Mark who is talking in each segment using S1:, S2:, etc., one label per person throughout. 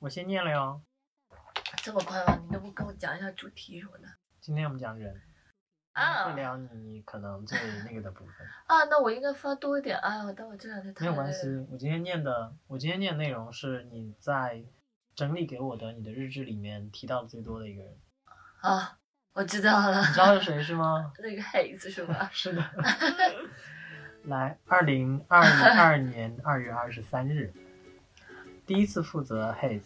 S1: 我先念了哟。
S2: 这么快吗？你都不跟我讲一下主题什么的
S1: 今天我们讲人，
S2: 啊
S1: 会聊你可能最那个的部分，
S2: 啊？那我应该发多一点。哎呦，但我这两天太
S1: 没有关
S2: 累了。
S1: 系。我今天念的，我今天念的内容是你在整理给我的你的日志里面提到的最多的一个人，
S2: 啊，我知道了
S1: 你，知道是谁是吗？？
S2: 那个黑子是吧
S1: 是的。来，二零二二年二月二十三日，第一次负责 Haze，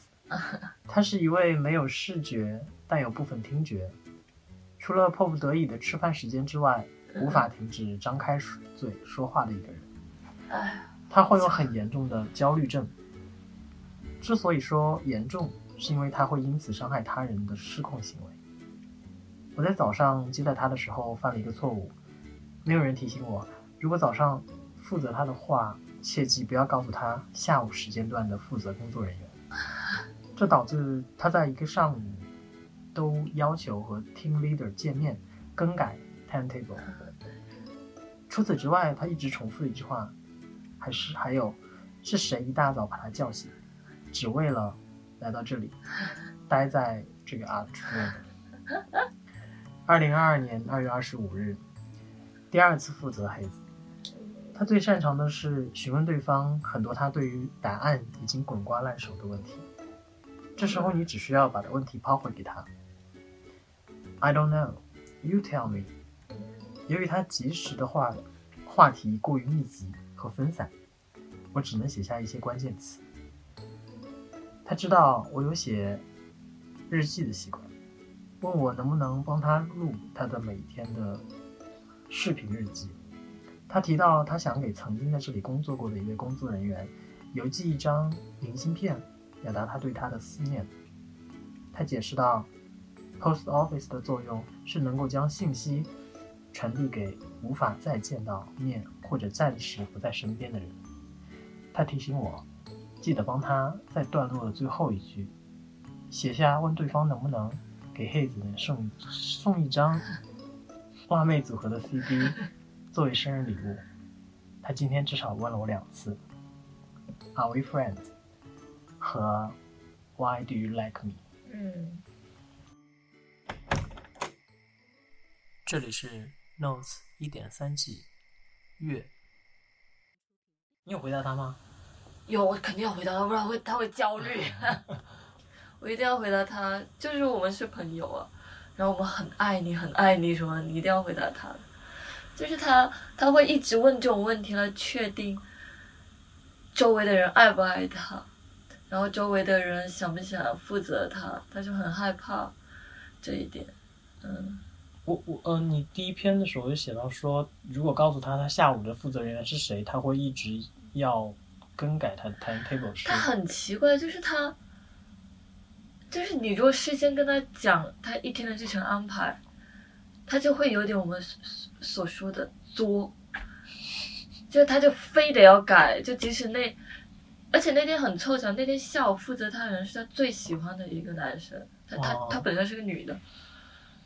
S1: 他是一位没有视觉但有部分听觉，除了迫不得已的吃饭时间之外，无法停止张开嘴说话的一个人。
S2: 哎，
S1: 他患有很严重的焦虑症。之所以说严重，是因为他会因此伤害他人的失控行为。我在早上接待他的时候犯了一个错误，没有人提醒我，如果早上负责他的话，切记不要告诉他下午时间段的负责工作人员。这导致他在一个上午都要求和 team leader 见面，更改 timetable。除此之外，他一直重复一句话，还是还有，是谁一大早把他叫醒，只为了来到这里，待在这个 art room。二零二二年二月二十五日，第二次负责黑子。他最擅长的是询问对方很多他对于答案已经滚瓜烂熟的问题。这时候你只需要把问题抛回给他。I don't know, you tell me。由于他及时的话话题过于密集和分散，我只能写下一些关键词。他知道我有写日记的习惯，问我能不能帮他录他的每天的视频日记。他提到他想给曾经在这里工作过的一位工作人员邮寄一张明信片，表达他对他的思念。他解释道，Post Office 的作用是能够将信息传递给无法再见到面或者暂时不在身边的人。他提醒我，记得帮他在段落的最后一句写下问对方能不能给黑子送送一张辣妹组合的 CD 作为生日礼物。他今天至少问了我两次，Are we friends？和 Why do you like me？
S2: 嗯，
S1: 这里是 Notes 一点三 G 月。你有回答他吗？
S2: 有，我肯定要回答他，不然会他会焦虑。我一定要回答他，就是我们是朋友啊，然后我们很爱你，很爱你什么，你一定要回答他。就是他他会一直问这种问题来确定周围的人爱不爱他，然后周围的人想不想负责他，他就很害怕这一点。嗯，
S1: 我我呃，你第一篇的时候就写到说，如果告诉他他下午的负责人员是谁，他会一直要更改他的 timetable 是
S2: 他很奇怪，就是他。就是你如果事先跟他讲他一天的日程安排，他就会有点我们所所说的作，就他就非得要改，就即使那，而且那天很凑巧，那天下午负责他的人是他最喜欢的一个男生，他他
S1: 哦
S2: 他本身是个女的，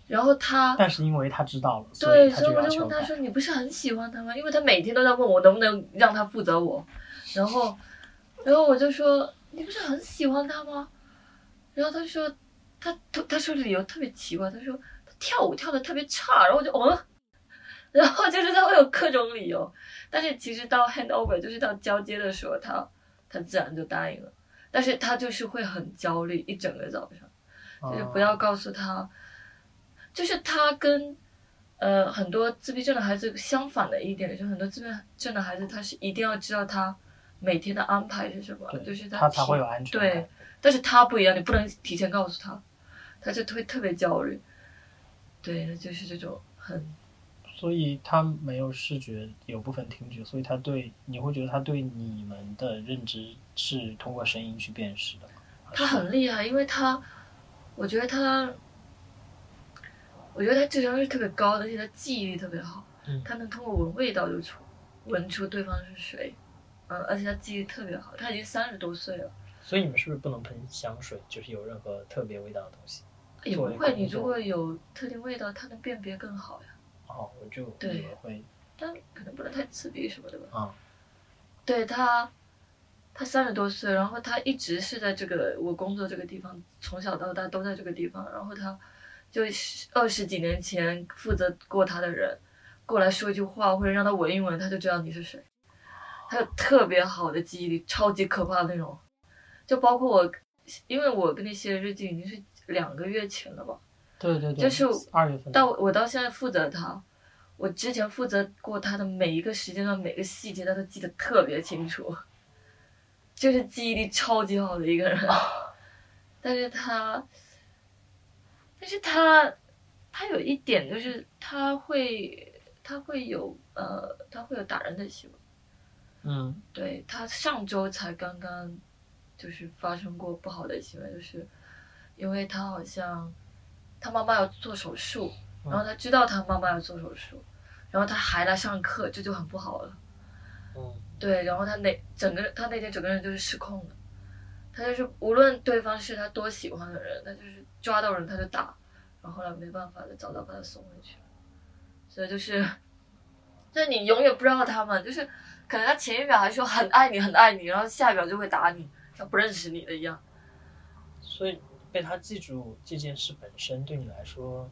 S2: 然后他
S1: 但是因为他知道了，所
S2: 对，
S1: 以他
S2: 所以
S1: 就
S2: 我
S1: 要
S2: 就
S1: 求
S2: 问他
S1: 改。
S2: 说：“你不是很喜欢他吗？”因为他每天都在问我能不能让他负责我，然后，然后我就说：“你不是很喜欢他吗？”然后他说：“他他他说理由特别奇怪，他说他跳舞跳的特别差。”然后我就嗯， 然后就是他会有各种理由，但是其实到 handover 就是到交接的时候，他他自然就答应了，但是他就是会很焦虑一整个早上。
S1: 哦
S2: 就是不
S1: 嗯
S2: 要告诉他，就是他跟呃很多自闭症的孩子相反的一点，就是很多自闭症的孩子他是一定要知道他每天的安排是什么
S1: 对，
S2: 就是
S1: 他才
S2: 提
S1: 会有安全感
S2: 对，但是他不一样，你不能提前告诉他，他就会特别焦虑。对，就是这种很
S1: 所以他没有视觉，有部分听觉，所以他对你会觉得他对你们的认知是通过声音去辨识的。
S2: 他很厉害，因为他，我觉得他，我觉得他智商是特别高的，而且他记忆力特别好，
S1: 嗯
S2: 他能通过闻味道就出闻出对方是谁，嗯，而且他记忆特别好，他已经三十多岁了，
S1: 所以你们是不是不能喷香水？就是有任何特别味道的东西？
S2: 也不
S1: 作为
S2: 会，
S1: 工
S2: 你
S1: 作
S2: 如果有特定味道，他能辨别更好呀，
S1: 哦，我就以啊
S2: 对他三十多岁，然后他一直是在这个我工作这个地方，从小到大都在这个地方。然后他就是二十几年前负责过他的人过来说一句话，或者让他闻一闻，他就知道你是谁。他有特别好的记忆力，超级可怕的那种。就包括我，因为我跟你写的日记已经是两个月前了吧，
S1: 对对对，
S2: 就是
S1: 二月份。
S2: 到我到现在负责他，我之前负责过他的每一个时间段、每个细节，他都记得特别清楚，就是记忆力超级好的一个人。但是他，但是他，他有一点就是他会，他会有呃，他会有打人的行为。
S1: 嗯，
S2: 对他上周才刚刚，就是发生过不好的行为，就是因为他好像他妈妈要做手术，
S1: 嗯
S2: 然后他知道他妈妈要做手术，然后他还来上课，这就很不好了。
S1: 嗯，
S2: 对，然后他那整个他那天整个人就是失控的，他就是无论对方是他多喜欢的人，他就是抓到人他就打，然后后来没办法就找到把他送回去了，所以就是，就是你永远不知道他们，就是可能他前一秒还说很爱你很爱你，然后下一秒就会打你，像不认识你的一样。
S1: 所以被他记住这件事本身对你来说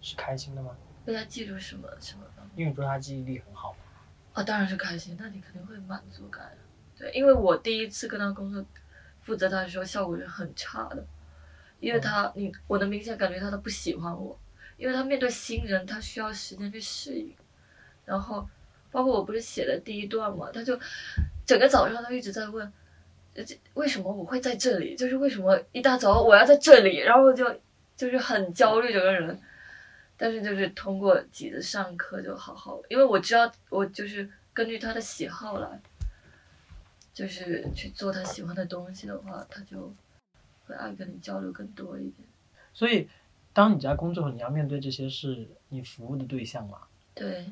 S1: 是开心的吗？
S2: 被他记住什么什么方面？
S1: 因为你说他记忆力很好嘛。
S2: 哦，当然是开心，那你肯定会满足感啊。对，因为我第一次跟他工作，负责他的时候效果是很差的，因为他、你我能明显感觉到他不喜欢我，因为他面对新人，他需要时间去适应。然后，包括我不是写了第一段嘛，他就整个早上都一直在问，呃这为什么我会在这里？就是为什么一大早我要在这里？然后我就就是很焦虑整个人。但是就是通过几次上课就好好，因为我知道我就是根据他的喜好来，就是去做他喜欢的东西的话，他就会爱跟你交流更多一点。
S1: 所以，当你在工作，你要面对这些是你服务的对象嘛？
S2: 对，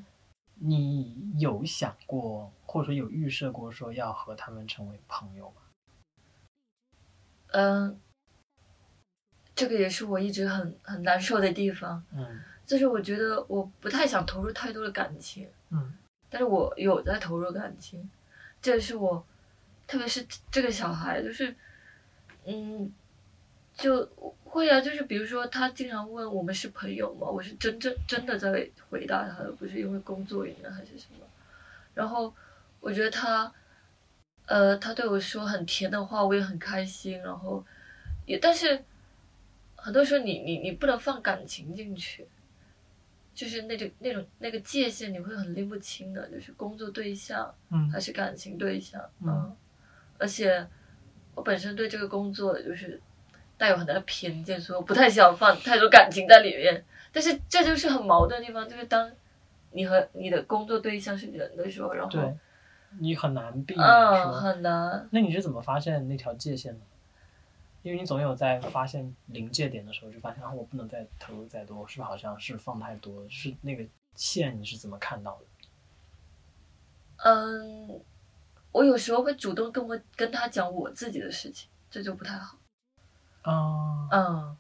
S1: 你有想过，或者说有预设过，说要和他们成为朋友吗？
S2: 嗯，这个也是我一直很很难受的地方，
S1: 嗯
S2: 就是我觉得我不太想投入太多的感情，
S1: 嗯
S2: 但是我有在投入感情，这也是我，特别是这个小孩，就是，嗯，就会啊，就是比如说他经常问我们是朋友吗？我是真正真的在回答他的，不是因为工作原因啊还是什么。然后我觉得他，呃，他对我说很甜的话，我也很开心。然后也，但是很多时候你你你不能放感情进去，就是那种那种那个界限你会很拎不清的，就是工作对象
S1: 嗯
S2: 还是感情对象，
S1: 嗯
S2: 而且我本身对这个工作就是带有很大的偏见，所以我不太想放太多感情在里面。但是这就是很矛盾的地方，就是当你和你的工作对象是人的时候，然后
S1: 对，你很难避免
S2: 嗯
S1: 说。
S2: 很难，
S1: 那你是怎么发现那条界限的？因为你总有在发现临界点的时候，就发现啊，我不能再投入再多，是不是好像是放太多了？就是那个线你是怎么看到的？
S2: 嗯，我有时候会主动跟我跟他讲我自己的事情，这就不太好，
S1: 啊、
S2: 嗯。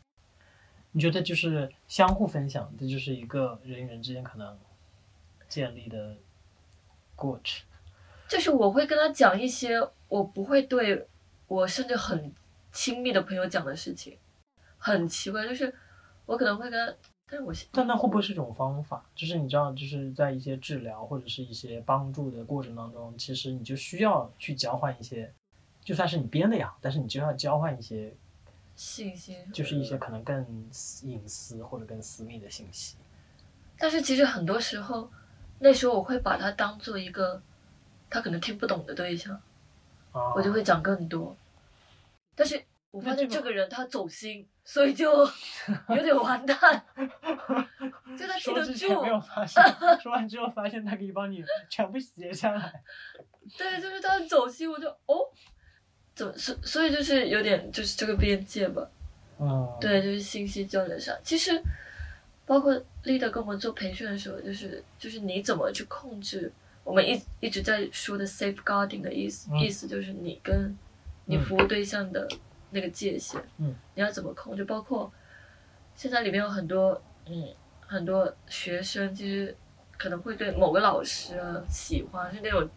S1: 你觉得就是相互分享，这就是一个人与人之间可能建立的过程。
S2: 就是我会跟他讲一些我不会对我甚至很亲密的朋友讲的事情，很奇怪，就是我可能会跟他，但是我现
S1: 但那会不会是一种方法？就是你知道，就是在一些治疗或者是一些帮助的过程当中，其实你就需要去交换一些，就算是你编的呀，但是你就要交换一些，
S2: 信息
S1: 就是一些可能更私隐私或者更私密的信息。
S2: 但是其实很多时候，那时候我会把他当做一个他可能听不懂的对象，
S1: 啊，
S2: 我就会讲更多。但是我发现
S1: 那这
S2: 这
S1: 个
S2: 个人他走心，所以就 有点 完蛋，就他记
S1: 说
S2: 得
S1: 之前没有
S2: 住，
S1: 发现，说完之后发现它可以帮你全部写下来。
S2: 对，就是他很走心，我就哦。怎么所所以就是有点就是这个边界吧，
S1: 嗯，，
S2: 对，就是信息交流上，其实包括 leader 跟我们做培训的时候，就是就是你怎么去控制我们一一直在说的 safeguarding 的意思，
S1: 嗯
S2: 意思就是你跟你
S1: 嗯
S2: 服务对象的那个界限，
S1: 嗯，
S2: 你要怎么控制？包括现在里面有很多嗯很多学生其实可能会对某个老师啊喜欢，是那种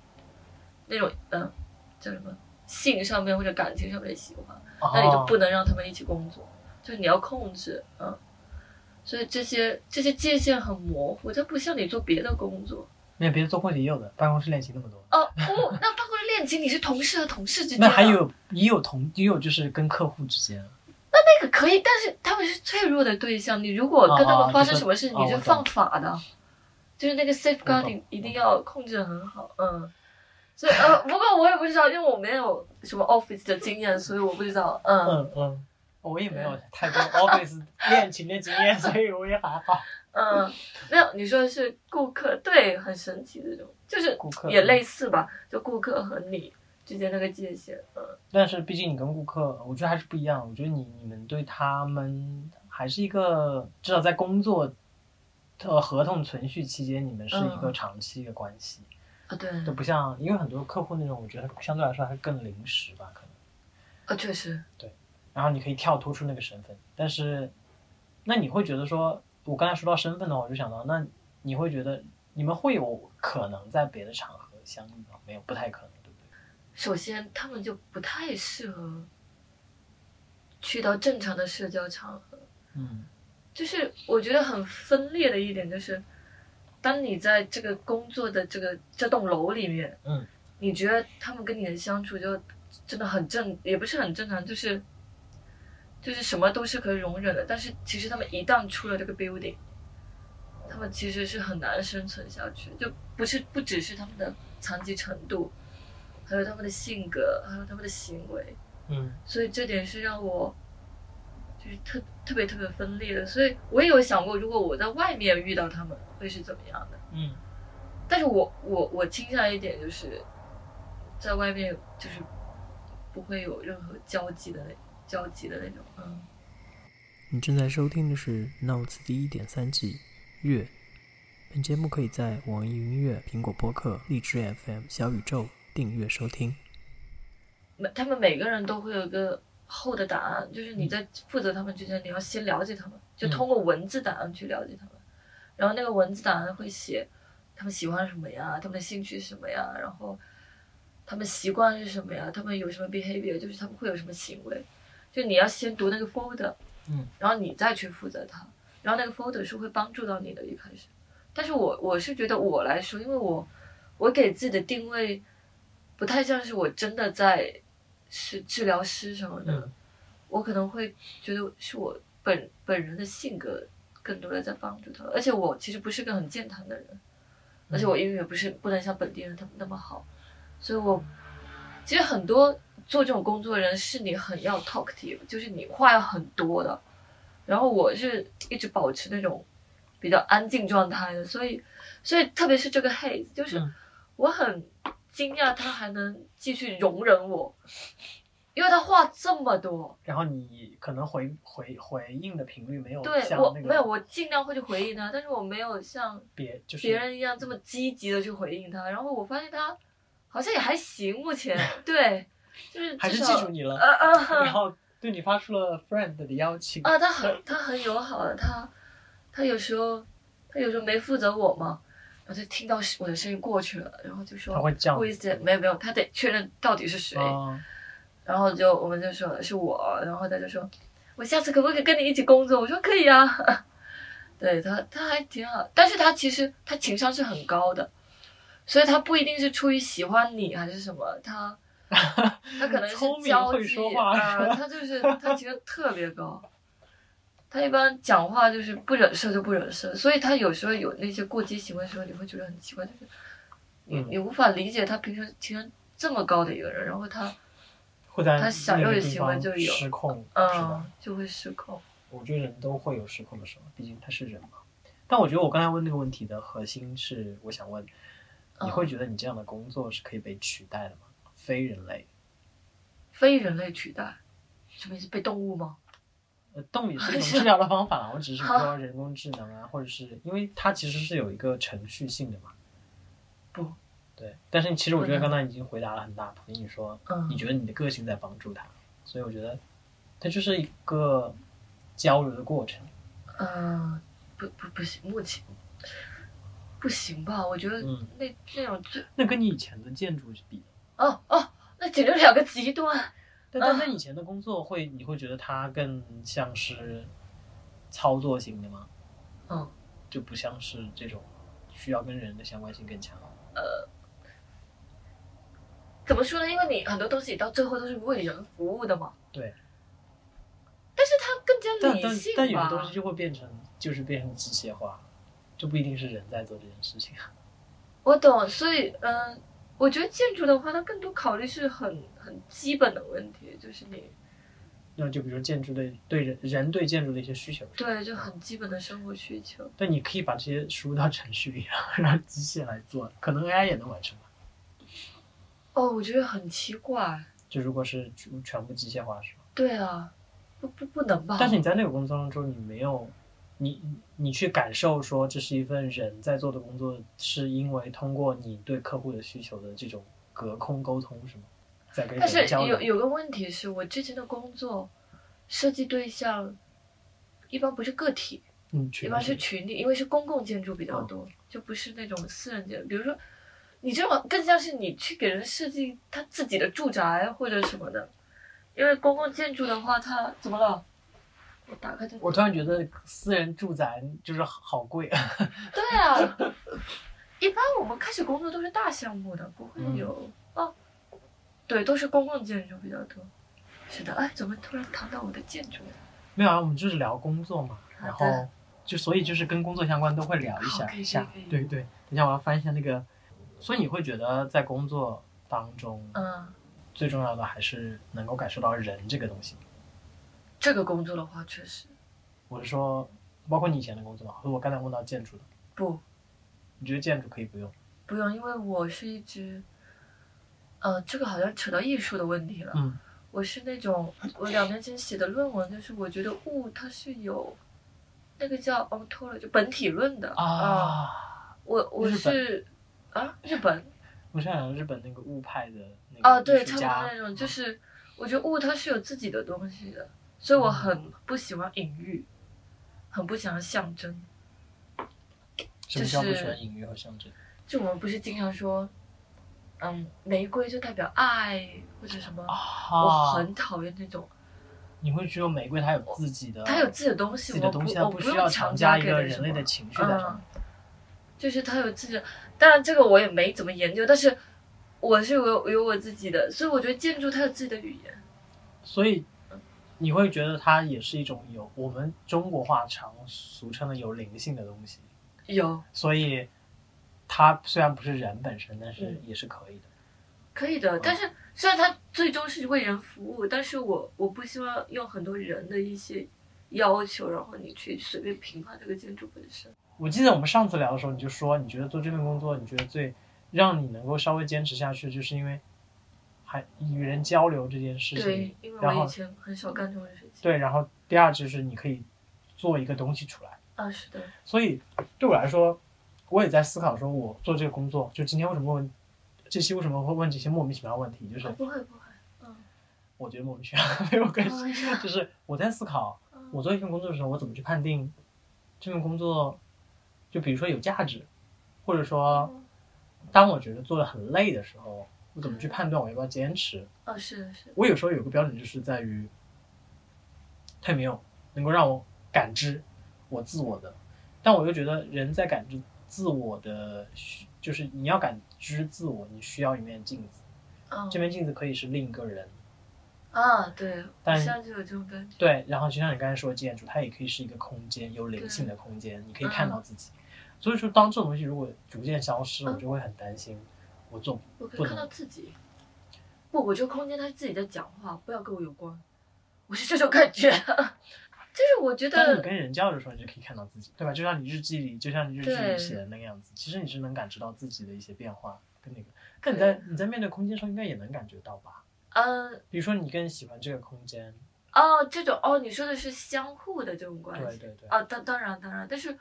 S2: 那种嗯、呃叫什么性上面或者感情上面的喜欢，
S1: 哦
S2: 那你就不能让他们一起工作，就是你要控制，嗯。所以这些这些界限很模糊，它不像你做别的工作。
S1: 没有别的做婚礼也有的，办公室恋情那么多，
S2: 哦不，那办公室恋情你是同事和同事之间、
S1: 那
S2: 啊，
S1: 还有也有同也有就是跟客户之间，
S2: 那个可以，但是他们是脆弱的对象，你如果跟他们发生什么事，
S1: 哦哦哦
S2: 你
S1: 就是是
S2: 犯法的，就是那个
S1: 我
S2: safeguarding
S1: 懂
S2: 一定要控制得很好，嗯。所以呃，不过我也不知道，因为我没有什么 office 的经验，所以我不知道，嗯
S1: 嗯嗯，我也没有太多 office 恋情的经验，所以我也还好。
S2: 嗯。没有，你说的是顾客，对，很神奇这种，就是
S1: 顾客
S2: 也类似吧，就顾客和你之间那个界限，嗯。
S1: 但是毕竟你跟顾客，我觉得还是不一样。我觉得你你们对他们还是一个，至少在工作呃合同存续期间，你们是一个
S2: 嗯
S1: 长期的关系，
S2: 啊，对，
S1: 就不像因为很多客户那种，我觉得相对来说还更临时吧，可能。
S2: 啊，确实，
S1: 然后你可以跳脱出那个身份，但是那你会觉得说，我刚才说到身份的话，我就想到，那你会觉得你们会有可能在别的场合相遇吗？没有，不太可能，对不对？
S2: 首先他们就不太适合去到正常的社交场合。
S1: 嗯
S2: 就是我觉得很分裂的一点就是，当你在这个工作的这个这栋楼里面，
S1: 嗯，
S2: 你觉得他们跟你的相处就真的很正，也不是很正常，就是就是什么都是可以容忍的。但是其实他们一旦出了这个 building，他们其实是很难生存下去，就不是不只是他们的残疾程度，还有他们的性格，还有他们的行为，
S1: 嗯
S2: 所以这点是让我就是特特别特别分裂的。所以我也有想过，如果我在外面遇到他们会是怎么样的。
S1: 嗯
S2: 但是我我我倾向一点就是，在外面就是不会有任何交集的那交集的那种，嗯。
S3: 你正在收听的是《Notes》第一点三季《月》。本节目可以在网易云音乐、苹果播客、荔枝 FM、小宇宙订阅收听。
S2: 每他们每个人都会有一个后的答案，就是你在负责他们之前，你要先了解他们，就通过文字档案去了解他们，然后那个文字档案会写他们喜欢什么呀，他们的兴趣是什么呀，然后他们习惯是什么呀，他们有什么 behavior，就是他们会有什么行为，就你要先读那个 folder，
S1: 嗯，
S2: 然后你再去负责它，然后那个 folder 是会帮助到你的，一开始。但是我我是觉得我来说，因为我我给自己的定位不太像是我真的在是治疗师什么的，
S1: 嗯
S2: 我可能会觉得是我本本人的性格更多的在帮助他，而且我其实不是个很健谈的人，而且我英语也不是不能像本地人他们那么好，所以我其实很多做这种工作的人是你很要 talkative，就是你话要很多的，然后我是一直保持那种比较安静状态的，所以所以特别是这个 haze，就是
S1: 嗯
S2: 我很惊讶他还能继续容忍我，因为他话这么多，
S1: 然后你可能回回回应的频率没有
S2: 对
S1: 像
S2: 我
S1: 那
S2: 没有
S1: 个
S2: 我尽量会去回应他，但是我没有像
S1: 别就是
S2: 别人一样这么积极的去回应他，然后我发现他好像也还行，目前对，就是
S1: 还
S2: 至
S1: 是
S2: 少
S1: 记住你了，
S2: 呃呃。
S1: 然后对你发出了 friend 的邀请。
S2: 啊，他很他很友好的，他他有时候他有时候没负责我嘛，然后就听到我的声音过去了，然后就说
S1: 他会这样
S2: Who is it？没有没有，他得确认到底是谁，
S1: 哦
S2: 然后就我们就说是我，然后他就说我下次可不可以跟你一起工作？我说可以啊。 对他，他还挺好，但是他其实他情商是很高的，所以他不一定是出于喜欢你还是什么， 他他可能是
S1: 聪明
S2: 交
S1: 会
S2: 际
S1: 说话
S2: 啊、 他就是他其实特别高，他一般讲话就是不忍受就不忍受，所以他有时候有那些过激行为的时候，你会觉得很奇怪，就是你
S1: 嗯
S2: 你无法理解他平时情商这么高的一个人，然后他
S1: 会在
S2: 他想
S1: 那个
S2: 要的
S1: 地
S2: 行为
S1: 方
S2: 就有
S1: 失控，是吧
S2: 嗯？就会失控。
S1: 我觉得人都会有失控的时候，毕竟他是人嘛。但我觉得我刚才问那个问题的核心是，我想问，你会
S2: 嗯
S1: 觉得你这样的工作是可以被取代的吗？非人类，
S2: 非人类取代，什么意思？被动物吗？
S1: 呃，动也是一种治疗的方法啦。我只是说人工智能啊，或者是因为它其实是有一个程序性的嘛。
S2: 不，
S1: 对。但是其实我觉得
S2: 不能
S1: 刚才已经回答了很大部分，你说
S2: 嗯
S1: 你觉得你的个性在帮助他，所以我觉得它就是一个交流的过程。
S2: 嗯，不不不行，目前不行吧？我觉得
S1: 嗯
S2: 那那种最
S1: 那跟你以前的建筑比，
S2: 哦哦那简直两个极端。
S1: 但但但以前的工作会，你会觉得它更像是操作型的吗？
S2: 嗯，
S1: 就不像是这种需要跟人的相关性更强。
S2: 怎么说呢？因为你很多东西到最后都是为人服务的嘛。
S1: 对。
S2: 但是它更加
S1: 但
S2: 理
S1: 但
S2: 性吧。
S1: 但有的东西就会变成，就是变成机械化，就不一定是人在做这件事情。啊
S2: 我懂，所以嗯、呃我觉得建筑的话，它更多考虑是很很基本的问题，就是你
S1: 那就比如建筑的对人人对建筑的一些需求。
S2: 对就很基本的生活需求。
S1: 但你可以把这些输入到程序里，啊 让机械来做，可能 AI 也能完成啊吧。
S2: 哦，我觉得很奇怪。
S1: 就如果是全全部机械化是吧？
S2: 对啊，不不不能吧？
S1: 但是你在那个工作当中，你没有，你你去感受说这是一份人在做的工作，是因为通过你对客户的需求的这种隔空沟通是吗？在跟
S2: 但
S1: 人
S2: 是
S1: 交
S2: 有
S1: 流，
S2: 有个问题是我之前的工作，设计对象一般不是个体，
S1: 嗯，
S2: 一
S1: 群
S2: 般是
S1: 体
S2: 群体，因为是公共建筑比
S1: 哦
S2: 较多，就不是那种私人建筑。比如说，你这种更像是你去给人设计他自己的住宅或者什么的，因为公共建筑的话，它怎么了？我打开这个。
S1: 我突然觉得私人住宅就是好贵，
S2: 对啊， 一般我们开始工作都是大项目的，不会有、
S1: 嗯
S2: 哦。对，都是公共建筑比较多。是的，哎，怎么突然谈到我的建筑了？
S1: 没有啊，我们就是聊工作嘛，然
S2: 好的
S1: 后就所以就是跟工作相关都会聊一
S2: 好
S1: 下
S2: 可以可
S1: 一
S2: 以
S1: 下
S2: 可以，
S1: 对对。等一下我要翻一下那个，所以你会觉得在工作当中
S2: 嗯。
S1: 最重要的还是能够感受到人这个东西。
S2: 这个工作的话，确实
S1: 我是说，包括你以前的工作嘛，和我刚才问到建筑的，
S2: 不
S1: 你觉得建筑可以不用？
S2: 不用，因为我是一直，呃，这个好像扯到艺术的问题了。
S1: 嗯
S2: 我是那种，我两年前写的论文就是，我觉得物它是有那个叫 ontology 就本体论的啊、
S1: 啊，
S2: 我我
S1: 日本
S2: 是啊，日本
S1: 我是想日本那个雾派的那
S2: 啊，
S1: 个
S2: 对，
S1: 艺
S2: 差
S1: 术
S2: 不
S1: 家啊
S2: 多那种，就是我觉得物它是有自己的东西的，所以
S1: 嗯
S2: 我很不喜欢隐喻，很不喜欢象征。
S1: 什么叫不
S2: 就
S1: 喜
S2: 是
S1: 欢隐喻和象征？
S2: 就我们不是经常说，嗯，玫瑰就代表爱或者什么，我
S1: 啊，
S2: 很讨厌这种，
S1: 你会觉得玫瑰它有自己的，
S2: 它有自己的东西，
S1: 哦自己的
S2: 我不
S1: 东西，它
S2: 我
S1: 不需要
S2: 用
S1: 强
S2: 强
S1: 加一
S2: 给
S1: 个
S2: 人
S1: 人
S2: 什
S1: 类的
S2: 么嗯
S1: 情绪在上面。
S2: 就是它有自己的，当然这个我也没怎么研究，但是我是有有我自己的，所以我觉得建筑它有自己的语言，
S1: 所以你会觉得它也是一种有我们中国话常俗称的有灵性的东西，
S2: 有
S1: 所以它虽然不是人本身，但是
S2: 嗯
S1: 也是可以的。
S2: 可以
S1: 嗯
S2: 的，但是虽然它最终是为人服务，但是我我不希望用很多人的一些要求，然后你去随便评判这个建筑本身。
S1: 我记得我们上次聊的时候，你就说你觉得做这份工作，你觉得最让你能够稍微坚持下去，就是因为还与人交流这件事情
S2: 对。，因为
S1: 然
S2: 我
S1: 后
S2: 以前很少干这种事情。
S1: 对，然后第二就是你可以做一个东西出来。
S2: 啊，是的。
S1: 所以对我来说，我也在思考说，我做这个工作，就今天为什么问这期为什么会问这些莫名其妙的问题，就是
S2: 啊不会不会，
S1: 我觉得莫名其妙 没有关系，
S2: 没事。
S1: 就是我在思考
S2: 嗯
S1: 我做一份工作的时候，我怎么去判定这份工作，就比如说有价值，或者说。
S2: 嗯
S1: 当我觉得做的很累的时候，我怎么去判断我要不要坚持？
S2: 啊，是的是的，
S1: 我有时候有个标准就是在于，它有没有能够让我感知我自我的，但我又觉得人在感知自我的需，就是你要感知自我，你需要一面镜子，
S2: 嗯
S1: 这面镜子可以是另一个人，
S2: 啊，对，我
S1: 但
S2: 现在就有这种感觉。
S1: 对，然后就像你刚才说的建筑，它也可以是一个空间，有灵性的空间，你可以看到自己。所以说，当这种东西如果逐渐消失，我
S2: 嗯
S1: 就会很担心，我做不
S2: 我可
S1: 不
S2: 以看
S1: 能
S2: 到自己。不，我觉得空间它是自己在讲话，不要跟我有关。我是这种感觉， 就是我觉
S1: 但是你
S2: 得
S1: 跟人交流的时候，你就可以看到自己，对吧？就像你日记里，就像你日记里
S2: 对
S1: 写的那个样子，其实你是能感知到自己的一些变化跟那个。但你在你在面对空间的时候，应该也能感觉到吧？
S2: 嗯
S1: 比如说你更喜欢这个空间，
S2: 哦，这种哦，你说的是相互的这种关
S1: 对
S2: 系
S1: 对对。
S2: 啊，当当然当然，但是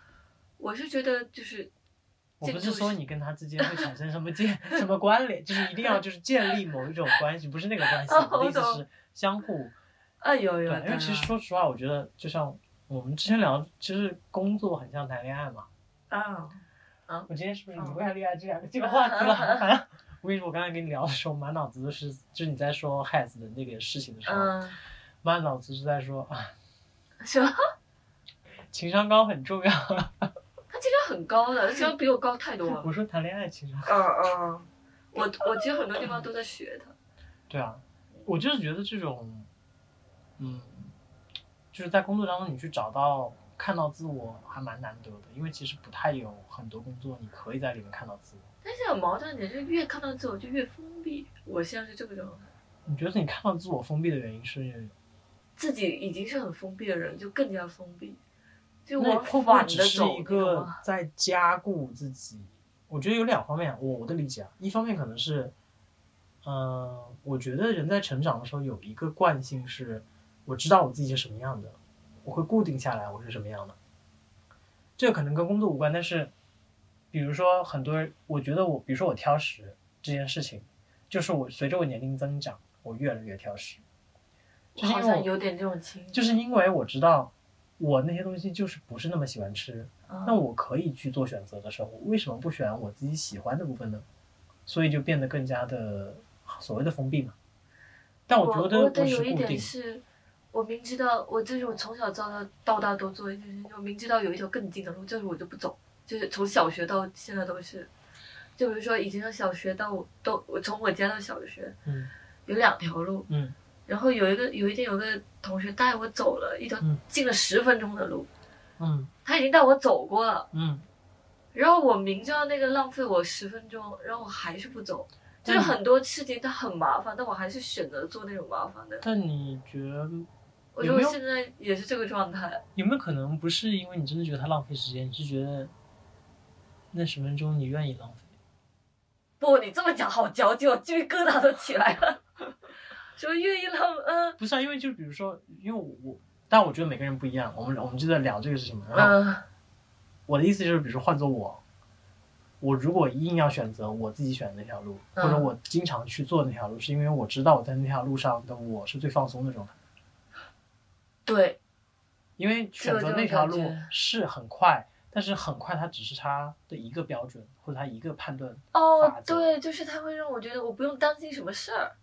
S2: 我是觉得就是
S1: 我不是
S2: 建筑
S1: 说你跟他之间会产生什么建什么关联，就是一定要就是建立某一种关系，不是那个关系。
S2: 哦
S1: 我的意思
S2: 我懂
S1: 是相互
S2: 啊有
S1: 对
S2: 有，，
S1: 因为
S2: 当
S1: 其实
S2: 然
S1: 说实话，我觉得就像我们之前聊，其实工作很像谈恋爱嘛。
S2: 啊
S1: 我今天是不是
S2: 嗯
S1: 离不开恋爱这两个这个话题了？好烦啊！我跟你说，我刚才跟你聊的时候，满脑子都是，就是你在说 has 的那个事情的时候，
S2: 嗯，
S1: 满脑子是在说啊，
S2: 是吧？
S1: 情商高很重要。
S2: 他情商很高的，他情商比我高太 多了。
S1: 我说谈恋爱情商，
S2: 嗯嗯，我我其实很多地方都在学他。
S1: 对啊，我就是觉得这种，嗯，就是在工作当中你去找到看到自我还蛮难得的，因为其实不太有很多工作你可以在里面看到自我。
S2: 但是很矛盾的点是，越看到自我就越封闭。我现在是这个状态，
S1: 你觉得你看到自我封闭的原因是，
S2: 自己已经是很封闭的人，就更加封闭，就
S1: 那
S2: 往
S1: 会不会
S2: 反
S1: 只
S2: 的
S1: 是
S2: 走，啊
S1: 一
S2: 你懂
S1: 个
S2: 吗？
S1: 在加固自己？我觉得有两方面，我我的理解啊，一方面可能是，嗯、我觉得人在成长的时候有一个惯性是，我知道我自己是什么样的，我会固定下来我是什么样的。这个可能跟工作无关，但是，比如说很多人，我觉得我，比如说我挑食这件事情，就是我随着我年龄增长，我越来越挑食，就是因
S2: 好
S1: 为我
S2: 像有点这种情绪。
S1: 就是因为我知道我那些东西就是不是那么喜欢吃，那
S2: 嗯，
S1: 我可以去做选择的时候，为什么不选我自己喜欢的部分呢？所以就变得更加的所谓的封闭嘛。但我
S2: 我
S1: 觉得
S2: 我
S1: 不
S2: 的
S1: 是
S2: 有一
S1: 固
S2: 点
S1: 定，
S2: 是，我明知道，我就是我从小到大到大都做一件事情，就明知道有一条更近的路，就是我就不走，就是从小学到现在都是。就比如说，以前的小学到我都，我从我家到小学
S1: 嗯
S2: 有两条路，
S1: 嗯
S2: 然后有一个有一天有个同学带我走了一条
S1: 嗯
S2: 近了十分钟的路，
S1: 嗯
S2: 他已经带我走过了，
S1: 嗯，
S2: 然后我明知道那个浪费我十分钟，然后我还是不走，就是
S1: 嗯
S2: 很多事情它很麻烦，但我还是选择做那种麻烦的。
S1: 但你觉得
S2: 我觉
S1: 有没
S2: 得我
S1: 有
S2: 现在也是这个状态，
S1: 有没有可能不是因为你真的觉得它浪费时间，你是觉得那十分钟你愿意浪费？
S2: 不，你这么讲好矫情，我鸡皮疙瘩都起来了。 说愿意浪，嗯
S1: 不是啊，因为就比如说，因为我我，但我觉得每个人不一样，我们我们就在聊这个事情嘛。然后
S2: 嗯
S1: 我的意思就是，比如说换做我，我如果硬要选择我自己选的那条路，或者
S2: 嗯
S1: 我经常去做的那条路，是因为我知道我在那条路上的我是最放松的状态。
S2: 对，
S1: 因为选择那条
S2: 这
S1: 路
S2: 种感觉
S1: 是很快，但是很快它只是它的一个标准或者它一个判断。
S2: 哦
S1: 法，则
S2: 对，就是他会让我觉得我不用担心什么事儿，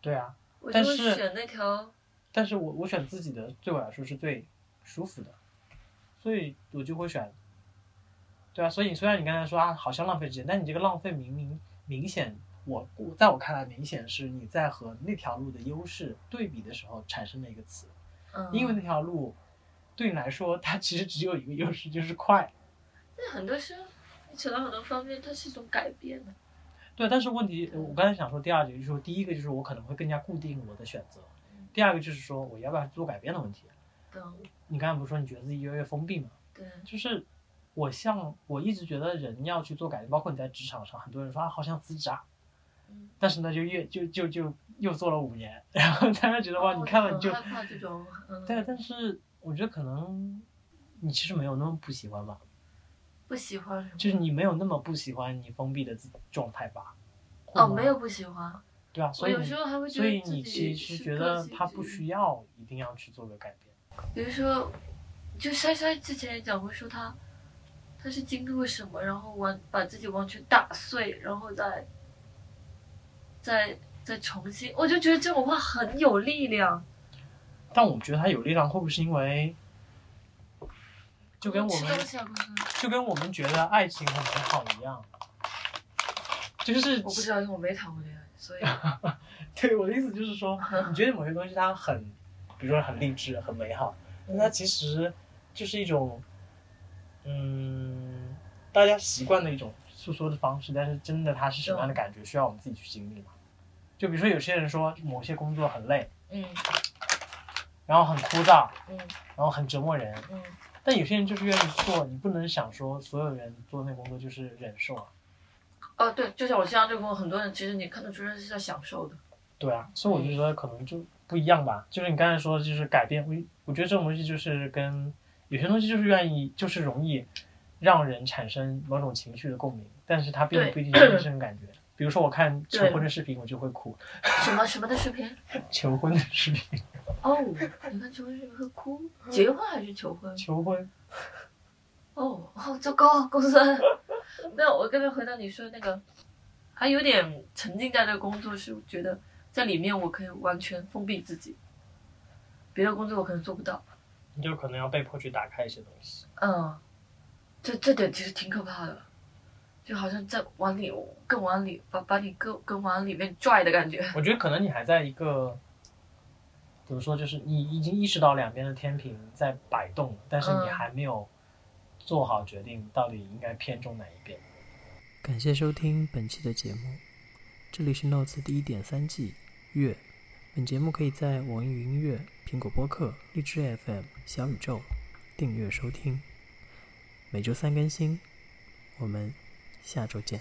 S1: 对啊，
S2: 我就
S1: 但
S2: 会
S1: 是
S2: 选那条。
S1: 但是我我选自己的对我来说是最舒服的，所以我就会选。对啊，所以你虽然你刚才说啊，好像浪费时间，但你这个浪费明明明显，我我在我看来明显是你在和那条路的优势对比的时候产生的一个词，
S2: 嗯，
S1: 因为那条路对你来说它其实只有一个优势，就是快。
S2: 那很多时候，你扯到很多方面，它是一种改变的。
S1: 对，但是问题，我刚才想说第二点，就是说第一个就是我可能会更加固定我的选择，第二个就是说我要不要做改变的问题。
S2: 嗯，
S1: 你刚才不是说你觉得自己越来越封闭吗？
S2: 对，
S1: 就是我像我一直觉得人要去做改变，包括你在职场上，很多人说啊好想辞职啊，
S2: 嗯，
S1: 但是呢就越就就就又做了五年， 然后大家觉得
S2: 哦
S1: 哇，你看了你就
S2: 嗯我很害怕这种，嗯，
S1: 对，但是我觉得可能你其实没有那么不喜欢吧，
S2: 不喜欢什么
S1: 就是你没有那么不喜欢你封闭的自状态吧？会
S2: 哦，
S1: 吗
S2: 没有不喜欢，
S1: 对啊，
S2: 我
S1: 所以
S2: 有
S1: 你
S2: 时候还会觉
S1: 所以
S2: 得自
S1: 你
S2: 己
S1: 其
S2: 是
S1: 实觉
S2: 个
S1: 得
S2: 性
S1: 他
S2: 之
S1: 不
S2: 一
S1: 需要一定要去做个改变，
S2: 比如说，就珊珊之前也讲过，说她她是经历过什么，然后完把自己完全打碎，然后再再再重新，我就觉得这种话很有力量。
S1: 但我觉得他有力量，会不会是因为就跟我
S2: 吃
S1: 们
S2: 东西啊，公司
S1: 就跟我们觉得爱情很美好一样，就是
S2: 我不知道，因为我没谈过恋爱，所以
S1: 对我的意思就是说，你觉得某些东西它很，比如说很励志、很美好，但它其实就是一种，嗯，大家习惯的一种诉说的方式，但是真的它是什么样的感觉，需要我们自己去经历嘛？就比如说有些人说某些工作很累，
S2: 嗯
S1: 然后很枯燥，
S2: 嗯
S1: 然后很折磨人，
S2: 嗯，
S1: 但有些人就是愿意做，你不能想说所有人做那工作就是忍受啊，
S2: 哦对，就像我现在这个工作，很多人其实你看得出来是在享受的。
S1: 对啊，所以我就觉得可能就不一样吧。就是你刚才说，的，就是改变，我我觉得这种东西就是跟有些东西就是愿意，就是容易让人产生某种情绪的共鸣，但是它并
S2: 对
S1: 不一定是这种感觉。比如说我看求婚的视频，我就会哭。
S2: 什么什么的视频？
S1: 求婚的视频，
S2: 哦，你看 求婚视频会哭？结婚还是求婚？
S1: 求婚，
S2: 哦，哦，糟糕，公司。没有，我刚才回到你说那个，还有点沉浸在这个工作，是觉得在里面我可以完全封闭自己，别的工作我可能做不到。
S1: 你就可能要被迫去打开一些东西。
S2: 嗯，这这点其实挺可怕的，就好像在往里更往里把把你更更往里面拽的感觉。
S1: 我觉得可能你还在一个，怎么说，就是你已经意识到两边的天平在摆动，但是你
S2: 嗯
S1: 还没有做好决定到底应该偏重哪一边。
S3: 感谢收听本期的节目，这里是 Notes 第一点三季月。本节目可以在网易云音乐、苹果播客、荔枝 FM、小宇宙订阅收听，每周三更新。我们下周见。